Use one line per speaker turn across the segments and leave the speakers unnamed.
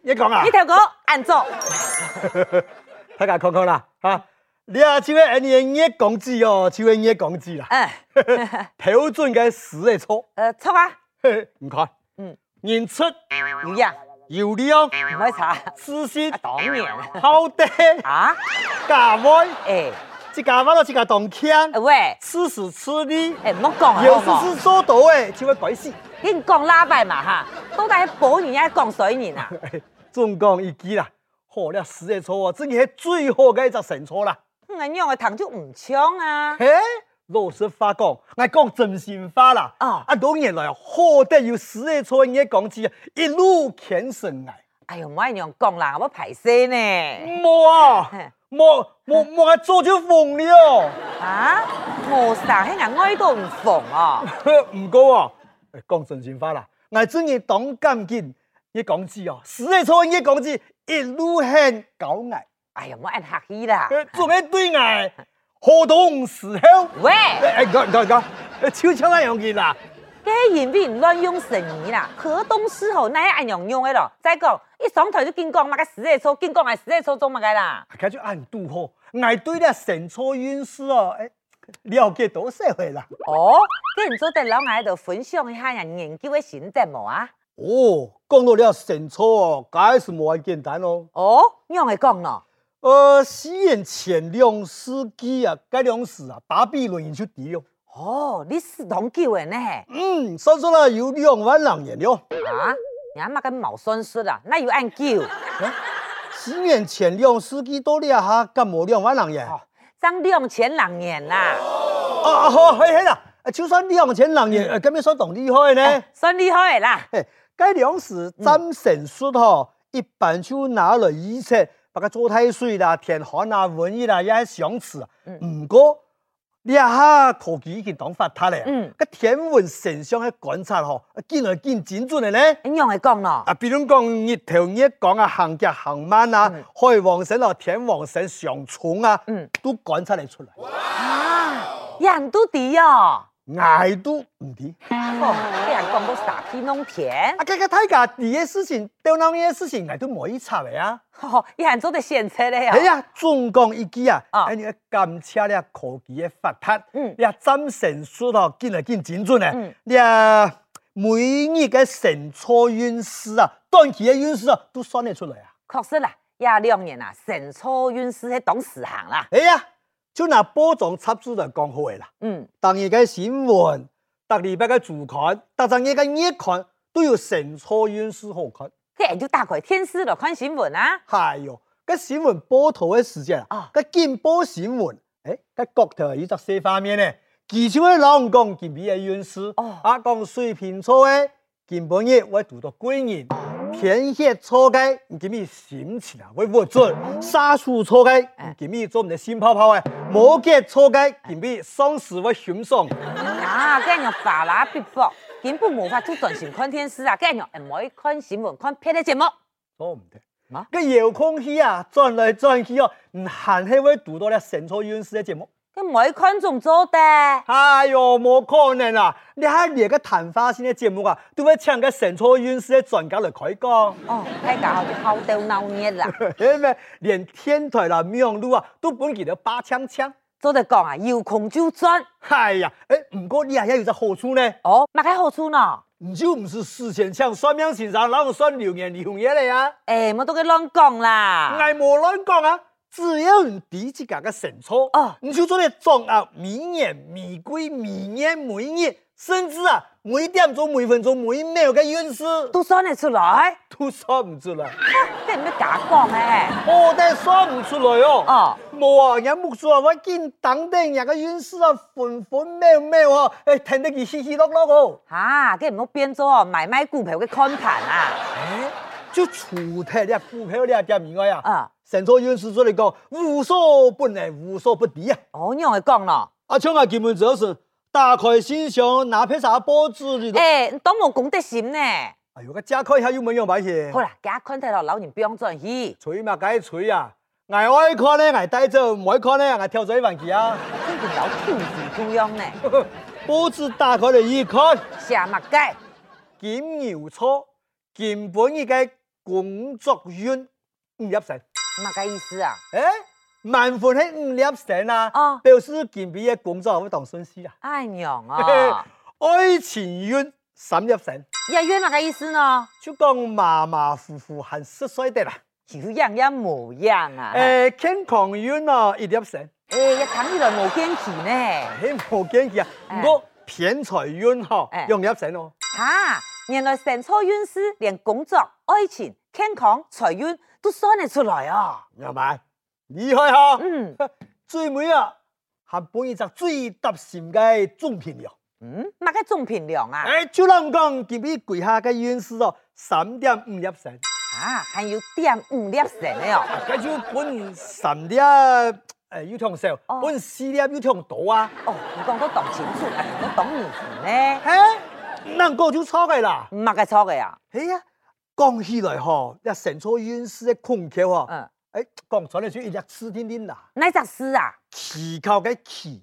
你讲啊
你，头哥按做，
大家看看啦，啊，你啊，像个年月工资哦，像个月工 资啦，
哎，
标准嘅十个错，
呃，错啊，
嘿你看，
嗯
嗯，演出
有呀，
有料，
唔好查，
自信
啊，，当然，
好的，
啊，
价位，
哎，
这价位咯，这个动腔，
喂，
此时此地，
啊哎，唔好讲啊，
有
好
事
唔
是做到的，就会改死。
你讲拉拜嘛哈，都在保人家讲水人啊，
嘿总讲一句啦，好了，十个错哦，这个是最好嘅一只神错啦。
俺样的糖就唔抢啊，
嘿，老实话讲，我讲真心话啦。
啊
啊，当然来，好得有十个错嘅讲起，一路前程哎。
哎呦，唔爱样讲啦，我排泄呢，
莫
嘿
啊，莫莫莫，我做就疯了。
啊，我上喺俺爱都唔放哦，
唔过哦，讲真心话啦，我真系当感激嘅讲起哦，十个错嘅讲起，一路很高矮。
哎呦，唔按客气啦，
呃做咩对爱？何同时候？
喂。
哎哎，讲讲讲，呃悄悄那样嘅啦。
嘅言必唔乱用成語啦，河東獅吼那係按用用嘅咯。再講，一上台就見講乜嘅死嘅數，見講係死嘅數做乜嘅啦？
啊，佢就按度好，我对咧神错运势哦，哎，了解多少回啦？
哦，既然做得老外喺度分享一下人研究嘅心得冇啊？
哦，讲到了神错哦，解是冇咁简单哦。
哦，用嚟講咯，
呃，西元前两世纪啊，该两世啊，巴比伦就低了。
哦，你是堂叫嘅呢？
嗯，算算啦，有两万人人了。
啊，人家乜嘅毛算術啦，那要按叫。
西元前两世纪到了哈，干冇两万人人。
哦，张兩千人年啦，
啊，好，嘿嘿啦，啊就算两千人人，呃，咁样算当厉害呢？
算厲害嘅啦。
嘿，该粮食
嗯
占神术吼，一般就拿来预测，把它做太水啦、天寒啦、瘟疫啦，也是相似。
嗯
唔过，你一下科技已经当发达咧
嗯，
个天文现象嘅观察吼，见来见精准嘅呢。
用嚟講咯，
啊，比如讲日头日光啊，行脚行慢啊，
嗯
海王神啊、天王神相冲啊，
嗯
都观察得出来。
啊，人都啲哦。
挨都唔知。
哦，俾人講到傻皮弄甜。
啊，这个大家啲嘅事情，到那嘅事情，挨都冇一查嘅啊。
哦，伊还做得现车哦嘞
哎
呀！
呀，总讲一句啊，
啊
哎，你嘅监测咧科技嘅发达，
嗯
你啊占神术哦，见来见精准
嗯
咧，你啊每日嘅神错运势啊，短期嘅运势啊，都算得出来啊。
确实啦，廿两年啦，神初运势迄懂事行啦。
哎呀，就拿包装插出来讲好嘅啦，
嗯，
当日嘅新闻，特礼拜嘅主刊，特上日嘅月刊，都有神错运势好看。
迄下就打开电视咯，看新闻啊。
哎哟，个新闻报道嘅时间
啊
啊，个见报新闻，诶，个角头有只四方面咧，其中咧老人讲健美嘅运势
哦，
啊讲水平错嘅，健本嘢我读到贵人，偏血错嘅，健美心情啊会不准，
哦
杀树错嘅
哎，
健美做唔得心泡
哦
泡嘅，摩羯错嘅，健美丧失我欣赏。
啊，这样巴拉逼迫，根本无法做专心看电视啊。这样唔可以看新闻，看别的节目。
做唔得
啊。
个遥控器啊，转来转去哦，唔限系会读到咧神错运势嘅节目。
佮唔可以看仲做的。
哎呦，冇可能啦！你喺你个昙花先嘅節目啊，都要請個神初院士嘅專家嚟開 講，
哦，太搞好就好到闹热啦。
因為連天台啦、廟路啊，都本期都八槍槍。
做得讲啊，有空就转。
哎呀，誒唔過你啊，也有隻好處呢，
哦，乜个好处呢？
唔就唔是事前槍算命先生，然後算流言流言嚟啊！
诶、欸，冇都佮乱讲啦。
嗌冇亂講啊！只要唔抵自家嘅神初，
啊
唔就做你撞啊，明年、玫瑰、明年、每日，甚至啊，每點鐘、每分鐘、每秒嘅運勢都
都算得出来，
都算唔出來。
这唔要假讲诶。
我哋算唔出來哦。
哦。
冇啊，人木啊，我見等定人嘅冤死啊，款款咩咩喎，誒聽啊哎得佢稀稀落落哦。
啊，计唔好变做哦买卖股票嘅看盘啊！
誒，哎就除掉你股票呢點以外啊，
啊，
成座冤死咗嚟講，無所不能，無所不敵啊！
我让佢讲咯，
阿昌啊，基本就是打開信箱，拿篇啥報紙嚟到，
诶、欸，都冇讲得心呢。
哎呦，個加開下有冇樣擺嘢
好？啦，家看睇到老人不用转去，
吹嘛，解吹啊！我愛看呢，我帶走；唔愛看呢，我跳咗一環去啊！
真件老天時中央呢，
報紙打開嚟一看。
下物街
金牛座，原本伊個工作院五粒星。
嘛個意思啊？
诶，萬分係五粒星啊
哦，
表示健美嘅工作會當順序啊。
哎 娘啊，
愛情院三粒星，
一月嘛個意思呢？
就講馬馬虎虎很實在的啦。
有樣也無樣啊！哎，
誒，健康院啊一粒星，
一睇起來無堅持呢。
係冇建議啊。
哎
不過偏財院嗬
哎
用一粒星哦。
嚇，原來神操運師連工作、愛情、健康、財運都算得出來啊！
明白，厲害哈！
嗯
最尾啊，還本一隻最特心嘅中品了。
嗯，嘛個中平量啊！
誒，就能講健美跪下嘅院士哦，三點五粒星。
啊，還有點五粒神的哦。
cái chú bốn sầm đi à, yêu thương sao,
Ờ.
bốn xí đi yêu thương đủ à,
哦，你講都當清楚，啊，我當年呢，
hả, năng cao chú sao cái là,
嘛個錯嘅呀？
hả, giảng起来吼, là thành phố yên sư cái khung kiểu à,
嗯，
ấy, giảng出来哎就一粒四天天啦，
那隻事啊？
祈求cái祈，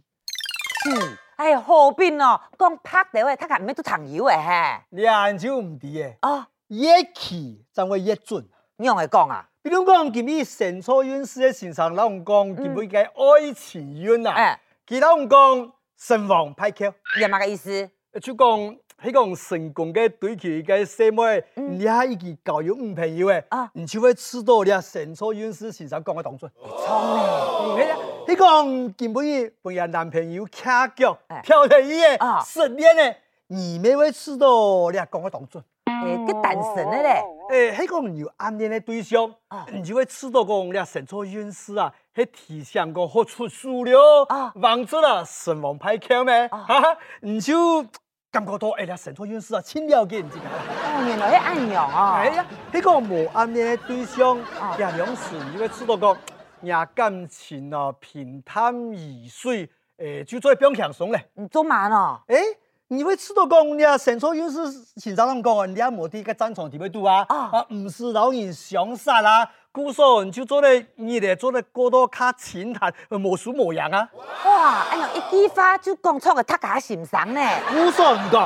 是，哎，何必哦？講拍到嘅，他係唔係都糖油嘅嘿？
两就唔得嘅，
哦，
越祈才會越準。
你用嚟講啊？
比如講，今日成初院士嘅先生老公講，今日嘅愛情院啊，
誒，
佢老公講神王派橋。
哎有嘛個意思？
就講喺講成功嘅對佢嘅細妹，
嗯
你係已經交有女朋友嘅
啊，
你就會知道你神初院士先生講嘅當真。
聰明，
係啊，你講見本伊本人男朋友卡腳
哎，
漂亮伊
啊
嘅失戀嘅，你咪會知道你係講嘅當真。
誒，佢單身嘅咧，
誒，喺講有暗戀嘅對象
啊，
你就會知道講你神初院士啊，喺提倡講好出書了
啊，
王子啦，神王派橋咩？
啊
哈哈，你就感覺到哎呀，神初院士啊，真了解你自己。
哦，原來係安陽
哎
哦。
呀，呢個無暗戀嘅對象，
啊
廿兩時你會知道講，也感情啊平淡如水，誒就做表情爽咧。
你做嘛呢？
誒，你會知道講，你啊成初有時前早咁講，你啊無啲個戰場地位度啊，
啊
啊唔是老人想殺啦，故所你就做咧，你咧做咧過多卡淺談，無鼠無樣啊。
哇，安陽一句話就講錯個，他家心上呢。
故所唔講，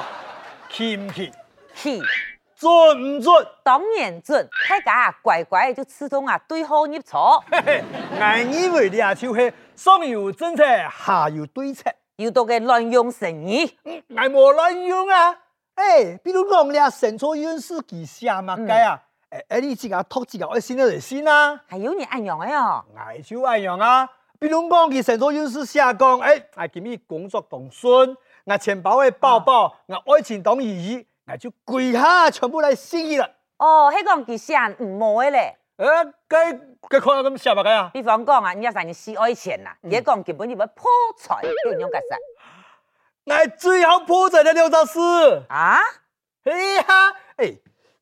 去唔去，
去，
準唔準？
當然準，大家啊乖乖地就始終啊對號入 座。
嘿嘿，我以為你啊就是上有政策，下有對策。
要到嘅濫用成語，
嗯，挨无卵用啊！哎，比如讲你啊，神初院士旗下嘛该啊，哎哎，你自家托自家爱心就先啊，
係有人安用嘅哦。
挨就挨样啊。比如讲，佢神初院士下讲，哎，我今日工作当顺，我钱包的包包，我爱情当意义，我就跪下全部来信伊啦。
哦，迄講其實人唔冇嘅咧。
哎，该该看咁写嘛该啊？
比方講啊，你要人示愛錢啦，也講根本你要破財，叫人用嘅實
我最好破在的六道事。
啊？
嘿呀，哎，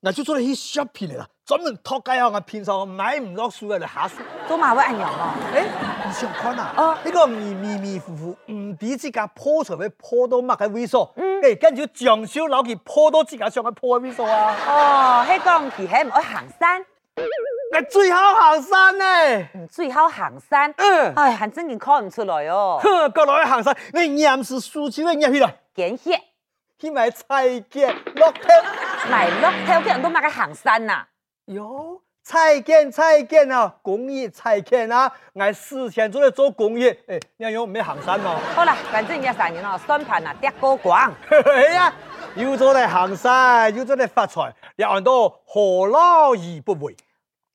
我就做了去 shopping 的啦，专门托街下我啊平常买唔落书嘅嚟下书。
做嘛會安用哦？
哎，你想看啊？
啊
呢個迷迷迷糊糊，唔知自家破財會破到乜嘅位數？
嗯
哎，跟住長手扭去破到自家上嘅破嘅位數啊！
哦，迄講其實唔愛行山，
我最好行山呢，
唔最好行山。
嗯，
哎，還真係看唔出來哦，
哼，過來行山，你岩是豎起嘅入去啦，
見血
去買菜嘅落頭。
買落頭嘅人都嘛嘅行山呐。
哟，菜見菜見啊，公益菜見啊，我事前做嚟做公益，哎，你樣唔要行山哦。
好啦，反正一三年哦，算盤啊，跌高光。
嘿呀，要做嚟行山，要做嚟發財，你按到何樂而不為？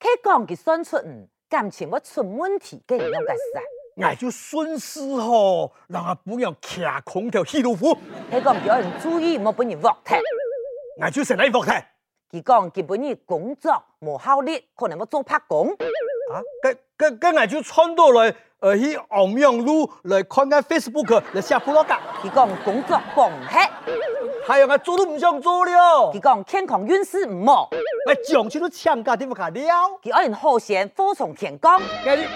佢講佢算出嗯，感情我出問題，叫人用嘅實。
我就损失吼，人家本人徛空调气路虎，
迄講叫人注意，莫俾人落頭。
我就成来服态。
佢講基本你工作無效率，可能要做拍工。
啊，跟跟跟我就穿到来，呃，去昂阳路来看看 Facebook 来写部落格，
佢講工作放棄，
还有哎我做都唔想做了
佢，講健康運勢唔好，
我上哎去都抢家地方卡了。
佢愛人好善，火從天降
我就哎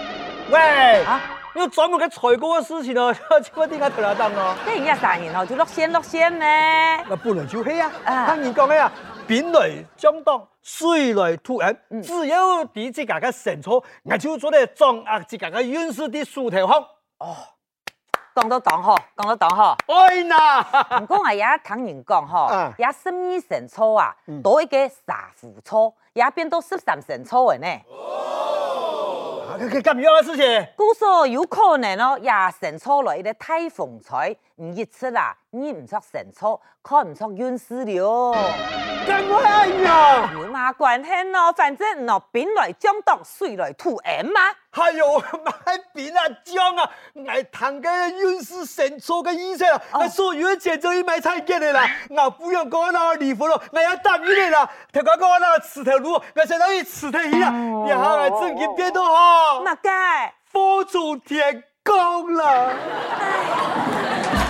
喂，
啊！
你专门个采购的事情哦， 这个点解头来当哦？
跟人家三年後就落線落線呢，
我本来就黑啊，
啊
他人讲的啊，biển来相当，水来土掩
嗯，
只有地自家嘅神操，我就做咧掌握自家嘅运势的梳头方。
哦，讲到当吼，讲到当吼。
哎呐，
唔讲啊，也唐人讲吼
啊，
也十二神草啊
嗯，
多一个沙腐草，也变到十三神草的呢。
干干唔要嘅事情。
故说有可能哦，也神草来的太风采，唔热出啦，你唔出神草，看唔出运势了。
干我哎呀！
有嘛关系咯？反正喏，兵来将挡，水来土掩嘛。
哎呦，买饼啊姜啊，俺堂个运势神出个医生啊，俺所有的钱都去买菜给你啦，俺不用搞那离婚了，俺要打你的啦，他讲搞那吃头路，俺相当于吃头鱼啦，然后俺正经变得好，
嘛该。
佛祖天公了。
哎